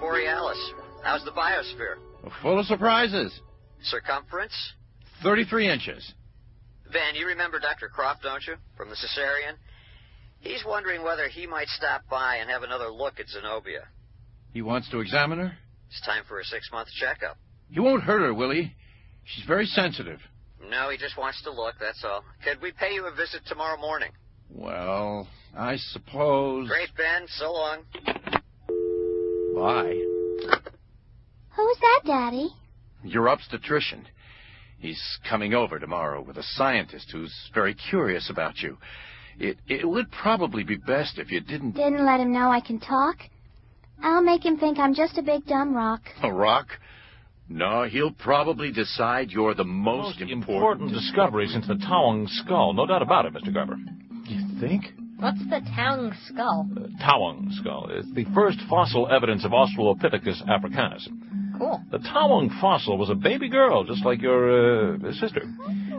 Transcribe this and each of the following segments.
Borealis. How's the biosphere? Full of surprises. Circumference? 33 inches. Van, you remember Dr. Croft, don't you? From the cesarean? He's wondering whether he might stop by and have another look at Zenobia. He wants to examine her? It's time for a six month checkup. He won't hurt her, will he? She's very sensitive. No, he just wants to look, that's all. Could we pay you a visit tomorrow morning? Well, I suppose. Great, Ben. So long. Bye. Who's that, Daddy? Your obstetrician. He's coming over tomorrow with a scientist who's very curious about you. It, it would probably be best if you didn't. Didn't let him know I can talk. I'll make him think I'm just a big dumb rock. A rock? No, he'll probably decide you're the most, important. discovery since the Tawang skull. No doubt about it, Mr. Garber. You think? What's the Tang skull? The Tawang skull is the first fossil evidence of Australopithecus africanus. Cool. The Tawang fossil was a baby girl, just like your uh, sister.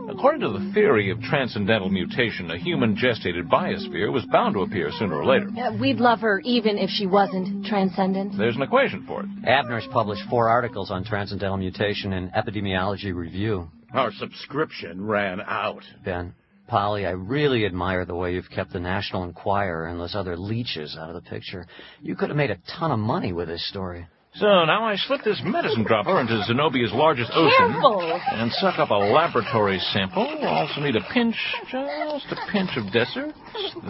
According to the theory of transcendental mutation, a human gestated biosphere was bound to appear sooner or later. Uh, we'd love her even if she wasn't transcendent. There's an equation for it. Abner's published four articles on transcendental mutation in Epidemiology Review. Our subscription ran out. Ben, Polly, I really admire the way you've kept the National Enquirer and those other leeches out of the picture. You could have made a ton of money with this story. So Uh, now I slip this medicine dropper into Zenobia's largest ocean Careful. and suck up a laboratory sample. Also need a pinch, just a pinch of desert.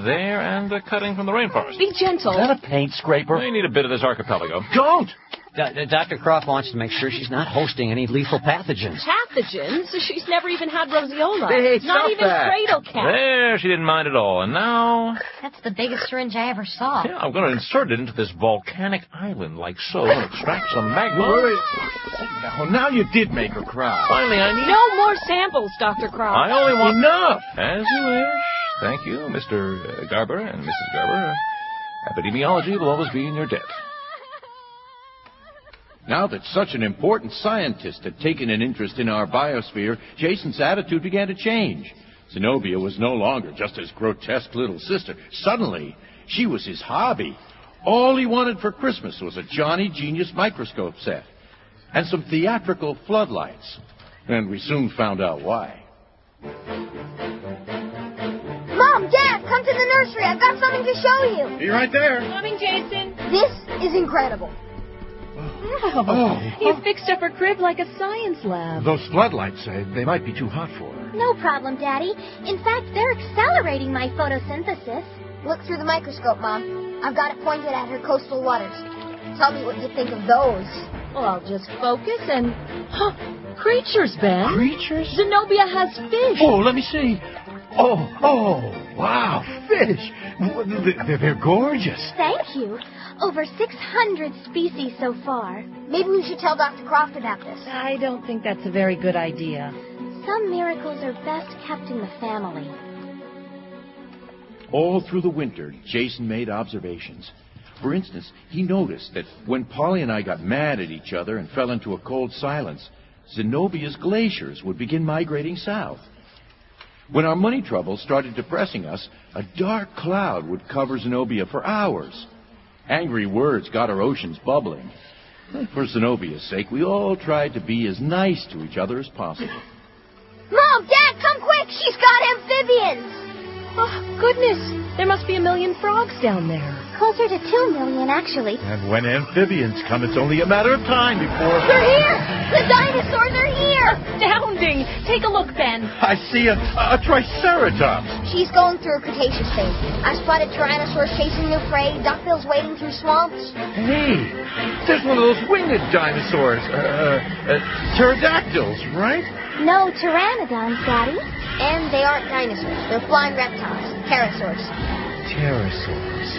There and a cutting from the rainforest. Be gentle. a paint scraper? They need a bit of this archipelago. Don't! Dr. Croft wants to make sure she's not hosting any lethal pathogens. pathogens. She's never even had roseola. Hey, stop Not even that. cradle cat. There, she didn't mind at all. And now, That's the biggest syringe I ever saw. yeah, I'm going to insert it into this volcanic island like so and extract some magma. Now, now you did make her cry. Finally, I need... No more samples, Dr. Croft. I only want... Enough! As you wish. Thank you, Mr. Garber and Mrs. Garber. Epidemiology will always be in your debt. Now that such an important scientist had taken an interest in our biosphere, Jason's attitude began to change. Zenobia was no longer just his grotesque little sister. Suddenly, she was his hobby. All he wanted for Christmas was a Johnny Genius microscope set and some theatrical floodlights. And we soon found out why. Mom, Dad, come to the nursery. I've got something to show you. Be right there. Coming, Jason. This is incredible. Oh, He's fixed up her crib like a science lab. those floodlights, uh, they might be too hot for her. No problem, Daddy. In fact, they're accelerating my photosynthesis. Look through the microscope, Mom. I've got it pointed at her coastal waters. Tell me what you think of those. Well, I'll just focus and. Huh, creatures, Ben. Creatures? Zenobia has fish. Oh, let me see. Oh, oh, wow, fish. W- th- They're, they're gorgeous. Thank you. Over 600 species so far. Maybe we should tell Dr. Croft about this. I don't think that's a very good idea. Some miracles are best kept in the family. All through the winter, Jason made observations. For instance, he noticed that when Polly and I got mad at each other and fell into a cold silence, Zenobia's glaciers would begin migrating south. When our money troubles started depressing us, a dark cloud would cover Zenobia for hours. Angry words got our oceans bubbling. For Zenobia's sake, we all tried to be as nice to each other as possible. Mom, Oh, Dad, come quick! She's got amphibians! Oh, goodness. There must be a million frogs down there. Closer to two million, actually. And when amphibians come, it's only a matter of time before. They're here! The dinosaurs are here! Astounding. Take a look, Ben. I see a, a triceratops. She's going through a Cretaceous phase. I spotted tyrannosaurs chasing their prey, duckbills wading through swamps. Hey, there's one of those winged dinosaurs. Uh, uh, pterodactyls, right? No pteranodons, Daddy. And they aren't dinosaurs. They're flying reptiles, pterosaurs. Pterosaurs.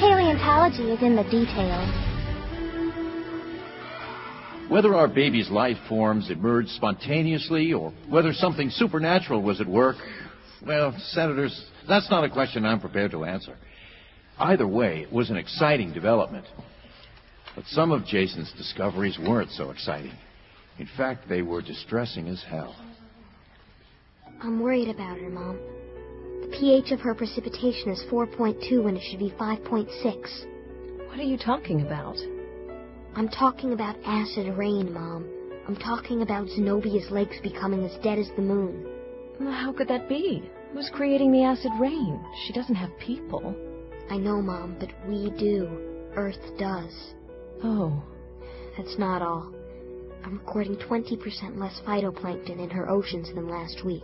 Paleontology is in the details. Whether our baby's life forms emerged spontaneously or whether something supernatural was at work, well, senators, that's not a question I'm prepared to answer. Either way, it was an exciting development. But some of Jason's discoveries weren't so exciting. In fact, they were distressing as hell. I'm worried about her, Mom. The pH of her precipitation is 4.2 when it should be 5.6. What are you talking about? I'm talking about acid rain, Mom. I'm talking about Zenobia's legs becoming as dead as the moon. Well, How could that be? Who's creating the acid rain? She doesn't have people. I know, Mom, but we do. Earth does. Oh, That's not all. I'm recording 20% less phytoplankton in her oceans than last week.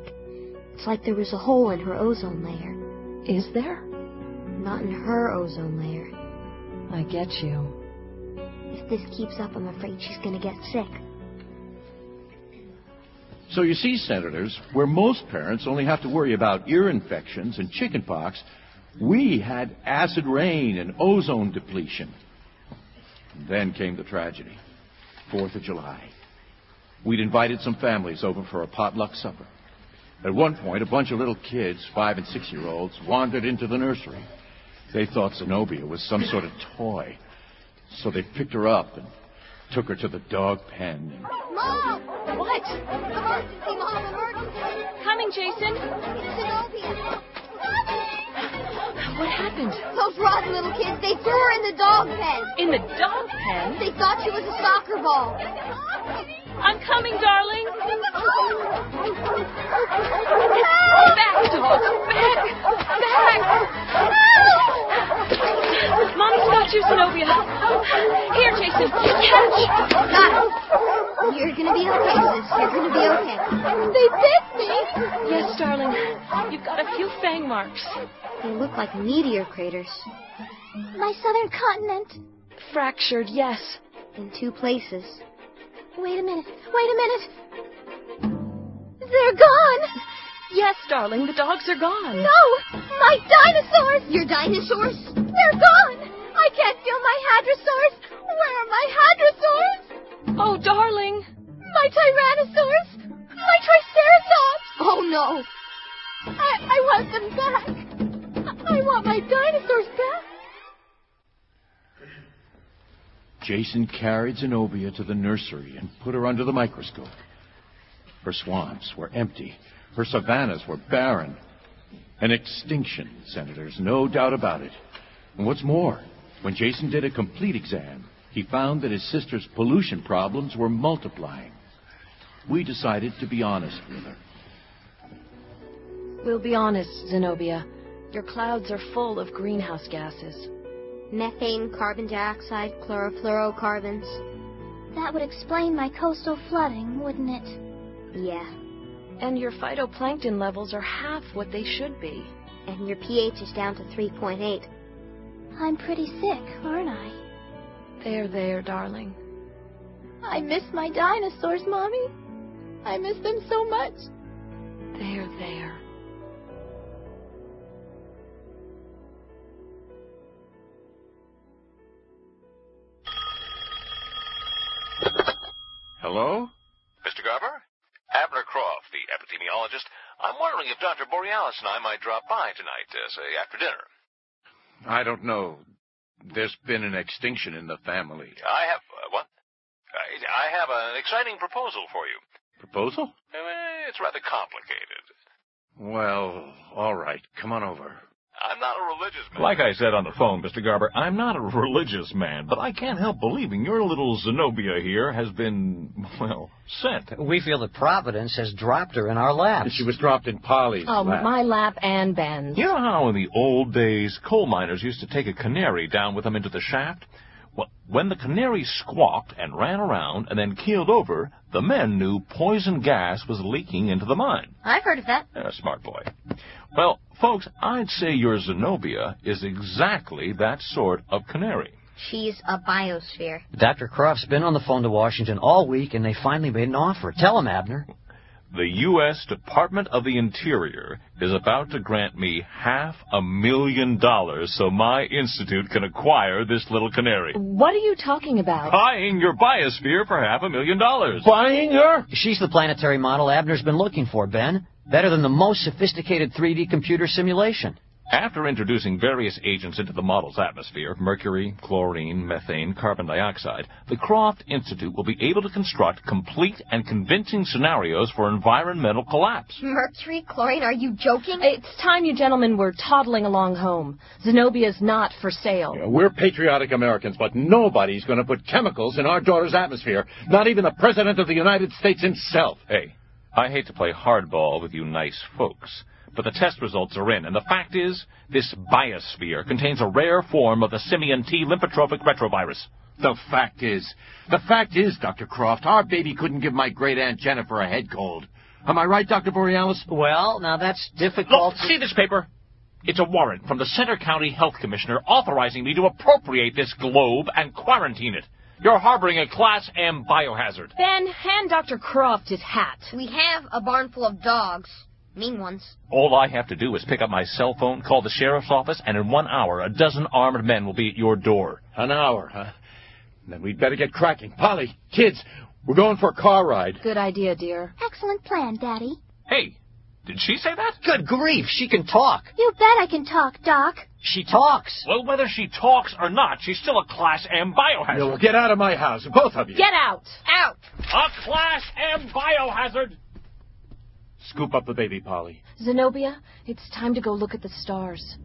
It's like there was a hole in her ozone layer. is there? Not in her ozone layer. I get you. If this keeps up, I'm afraid she's gonna get sick. So you see, Senators, where most parents only have to worry about ear infections and chicken pox, we had acid rain and ozone depletion. Then came the tragedy. Fourth of July. We'd invited some families over for a potluck supper. At one point, a bunch of little kids, five and six year olds, wandered into the nursery. They thought Zenobia was some sort of toy. So they picked her up and took her to the dog pen and Mom! What? Emergency, Mom! Emergency! Coming, Jason. It's Zenobia! What happened? Those rotten little kids, they threw her in the dog pen. In the dog pen? They thought she was a soccer ball. I'm coming, darling. Back, dog. Back. Back. Mommy's got you, Zenobia. Here, Jason. Catch. Got it. You're gonna be okay, sis. You're gonna be okay. They bit me. Yes, darling. You've got a few fang marks. They look like meteor craters. My southern continent. Fractured, yes. In two places. Wait a minute. Wait a minute. They're gone. Yes, darling. The dogs are gone. No! My dinosaurs! Your dinosaurs? They're gone! I can't feel my hadrosaurs! Where are my hadrosaurs? Oh, darling. My tyrannosaurs? My triceratops! Oh no! I, I want them back! I want my dinosaurs back! Jason carried Zenobia to the nursery and put her under the microscope. Her swamps were empty. Her savannas were barren. An extinction, Senators, no doubt about it. And what's more, when Jason did a complete exam, he found that his sister's pollution problems were multiplying. We decided to be honest with her. We'll be honest, Zenobia. Your clouds are full of greenhouse gases. Methane, carbon dioxide, chlorofluorocarbons. That would explain my coastal flooding, wouldn't it? Yeah. And your phytoplankton levels are half what they should be. And your pH is down to 3.8. I'm pretty sick, aren't I? There, there, darling. I miss my dinosaurs, Mommy. I miss them so much. There, there. Hello? Mr. Garber? Abner Croft, the epidemiologist. I'm wondering if Dr. Borealis and I might drop by tonight, uh, say, after dinner. I don't know. There's been an extinction in the family. I have, uh, what? I, I have an exciting proposal for you. Proposal? Eh, It's rather complicated. Well, all right. Come on over. I'm not a religious man. Like I said on the phone, Mr. Garber, I'm not a religious man, but I can't help believing your little Zenobia here has been, well, sent. We feel that Providence has dropped her in our laps. She was dropped in Polly's Oh, lap. my lap and Ben's. You know how in the old days coal miners used to take a canary down with them into the shaft? Well, when the canary squawked and ran around and then keeled over, the men knew poison gas was leaking into the mine. I've heard of that. Eh, smart boy. Well, folks, I'd say your Zenobia is exactly that sort of canary. She's a biosphere. Dr. Croft's been on the phone to Washington all week, and they finally made an offer. Tell him, Abner. The U.S. Department of the Interior is about to grant me half a million dollars so my institute can acquire this little canary. What are you talking about? buying your biosphere for half a million dollars. buying her? She's the planetary model Abner's been looking for, Ben. Better than the most sophisticated 3D computer simulation. After introducing various agents into the model's atmosphere mercury, chlorine, methane, carbon dioxide the Croft Institute will be able to construct complete and convincing scenarios for environmental Hmm. collapse. Mercury, chlorine, are you joking? It's time you gentlemen were toddling along home. Zenobia's not for sale. Yeah, We're patriotic Americans, but nobody's going to put chemicals in our daughter's atmosphere, not even the President of the United States himself. Hey, I hate to play hardball with you nice folks, but the test results are in, and the fact is, this biosphere contains a rare form of the simian T lymphotropic retrovirus. The fact is, the fact is, Dr. Croft, our baby couldn't give my great aunt Jennifer a head cold. Am I right, Dr. Borealis? Well, now that's difficult. Look, see this paper? It's a warrant from the Center County Health Commissioner authorizing me to appropriate this globe and quarantine it. You're harboring a Class M biohazard. Ben, hand Dr. Croft his hat. We have a barn full of dogs. Mean ones. All I have to do is pick up my cell phone, call the sheriff's office, and in one hour, a dozen armed men will be at your door. An hour, huh? Then we'd better get cracking. Polly, kids, we're going for a car ride. Good idea, dear. Excellent plan, Daddy. Hey, did she say that? Good grief, she can talk. You bet I can talk, Doc. She talks. Well, whether she talks or not, she's still a Class M biohazard. You will get out of my house, both of you. Get out! Ah! Out! A Class M biohazard! Scoop up the baby, Polly. Zenobia, it's time to go look at the stars.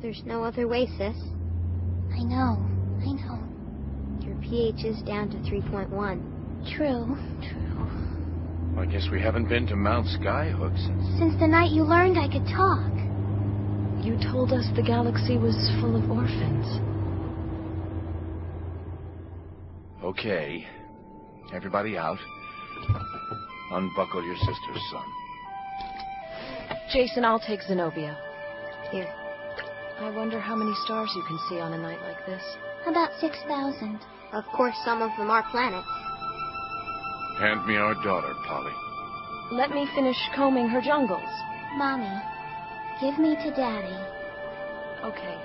There's no other way, sis. I know. I know. Your pH is down to 3.1. True. True. I guess we haven't been to Mount Skyhook since. Since the night you learned I could talk. You told us the galaxy was full of orphans. Okay. Everybody out. Unbuckle your sister's son. Jason, I'll take Zenobia. Here. I wonder how many stars you can see on a night like this. About 6,000. Of course, some of them are planets. Hand me our daughter, Polly. Let me finish combing her jungles. Mommy, give me to Daddy. Okay.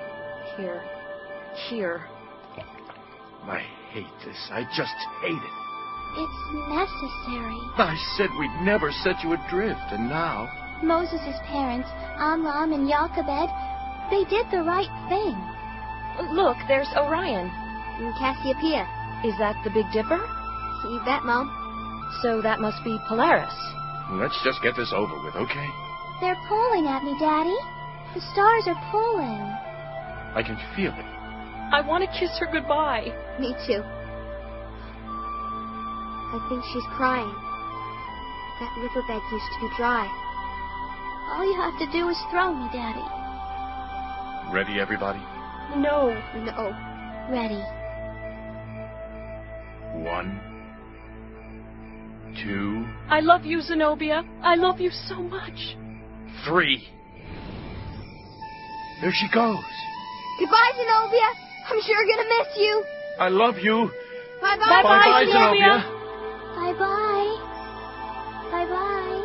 Here. Here. I hate this. I just hate it. It's necessary. I said we'd never set you adrift, and now. Moses' parents, Amram and Jochebed, they did the right thing. Look, there's Orion. And Cassiopeia. Is that the Big Dipper? You bet, Mom. So that must be Polaris. Let's just get this over with, okay? They're pulling at me, Daddy. The stars are pulling. I can feel it. I want to kiss her goodbye. Me too. I think she's crying. That riverbed used to be dry. All you have to do is throw me, Daddy. Ready, everybody? No. No. Ready. One, two, I love you, Zenobia. I love you so much. three. There she goes. Goodbye, Zenobia. I'm sure gonna miss you. I love you. Bye-bye. Bye-bye, Zenobia. Bye bye. Bye bye.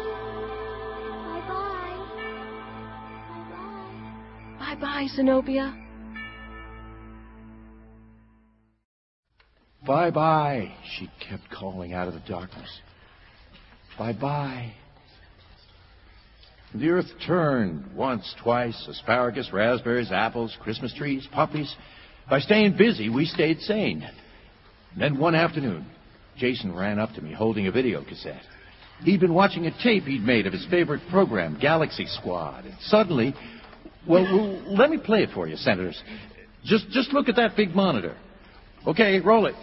Bye bye. Bye bye. Bye bye, Zenobia. Bye bye, she kept calling out of the darkness. Bye bye. The earth turned once, twice asparagus, raspberries, apples, Christmas trees, puppies. By staying busy, we stayed sane. Then one afternoon, Jason ran up to me holding a video cassette. He'd been watching a tape he'd made of his favorite program, Galaxy Squad, and suddenly, well, well, let me play it for you, senators. Just, just look at that big monitor. Okay, roll it.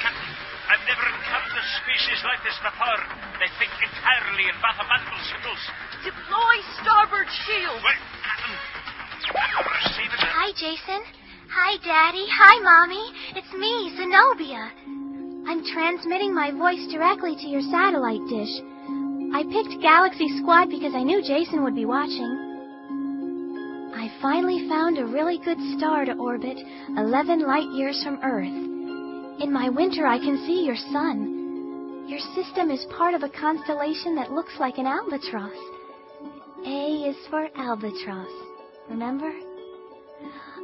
Captain, I've never encountered a species like this before. They think entirely in mathematical symbols. Deploy starboard shield. Well, Captain, I've received a... Hi, Jason. Hi, Daddy. Hi, Mommy. It's me, Zenobia. I'm transmitting my voice directly to your satellite dish. I picked Galaxy Squad because I knew Jason would be watching. I finally found a really good star to orbit 11 light years from Earth. In my winter, I can see your sun. Your system is part of a constellation that looks like an albatross. A is for albatross. Remember?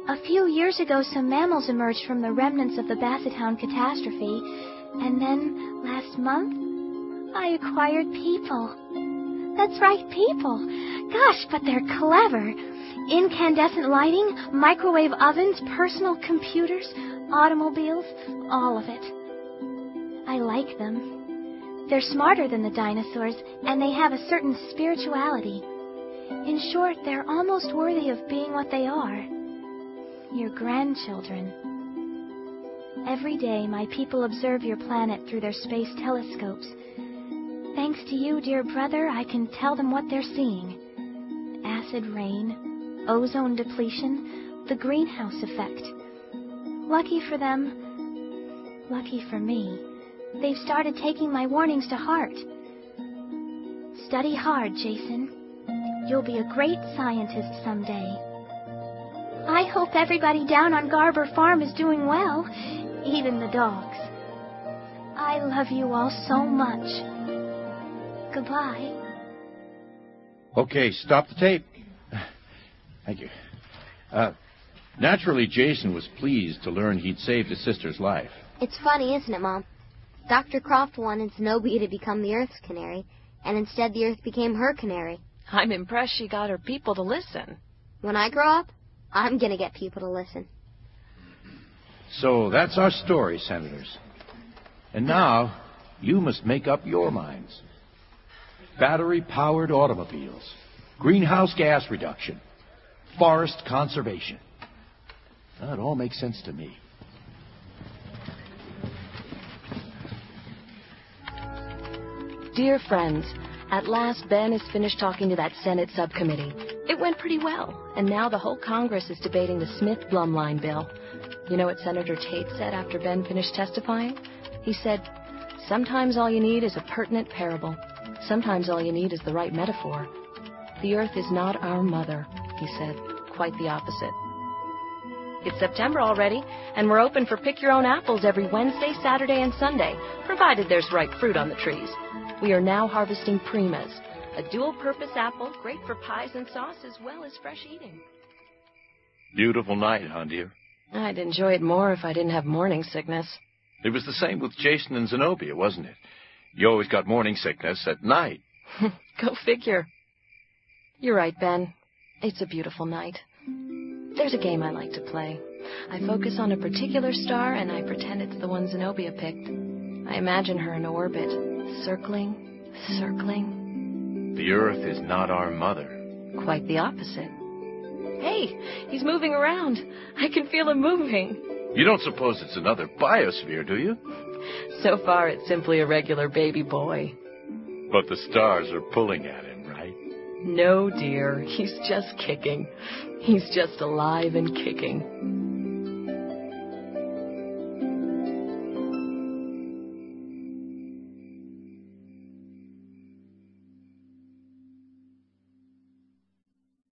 A few years ago, some mammals emerged from the remnants of the Basset Hound catastrophe, and then, last month, I acquired people. That's right, people. Gosh, but they're clever. Incandescent lighting, microwave ovens, personal computers, automobiles, all of it. I like them. They're smarter than the dinosaurs, and they have a certain spirituality. In short, they're almost worthy of being what they are your grandchildren. Every day, my people observe your planet through their space telescopes. Thanks to you, dear brother, I can tell them what they're seeing acid rain, ozone depletion, the greenhouse effect. Lucky for them, lucky for me, they've started taking my warnings to heart. Study hard, Jason. You'll be a great scientist someday. I hope everybody down on Garber Farm is doing well, even the dogs. I love you all so much. Goodbye. Okay, stop the tape. Thank you. Uh, naturally, Jason was pleased to learn he'd saved his sister's life. It's funny, isn't it, Mom? Dr. Croft wanted Zenobia to become the Earth's canary, and instead the Earth became her canary. I'm impressed she got her people to listen. When I grow up, I'm going to get people to listen. So that's our story, Senators. And now, you must make up your minds battery powered automobiles, greenhouse gas reduction, forest conservation. That all makes sense to me. Dear friends, at last Ben has finished talking to that Senate subcommittee. It went pretty well, and now the whole Congress is debating the Smith Blumline bill. You know what Senator Tate said after Ben finished testifying? He said, Sometimes all you need is a pertinent parable. Sometimes all you need is the right metaphor. The earth is not our mother, he said. Quite the opposite. It's September already, and we're open for pick your own apples every Wednesday, Saturday, and Sunday, provided there's ripe fruit on the trees. We are now harvesting primas, a dual purpose apple great for pies and sauce as well as fresh eating. Beautiful night, huh, dear? I'd enjoy it more if I didn't have morning sickness. It was the same with Jason and Zenobia, wasn't it? You always got morning sickness at night. Go figure. You're right, Ben. It's a beautiful night. There's a game I like to play. I focus on a particular star and I pretend it's the one Zenobia picked. I imagine her in orbit, circling, circling. The Earth is not our mother. Quite the opposite. Hey, he's moving around. I can feel him moving. You don't suppose it's another biosphere, do you? So far, it's simply a regular baby boy. But the stars are pulling at him, right? No, dear. He's just kicking. He's just alive and kicking.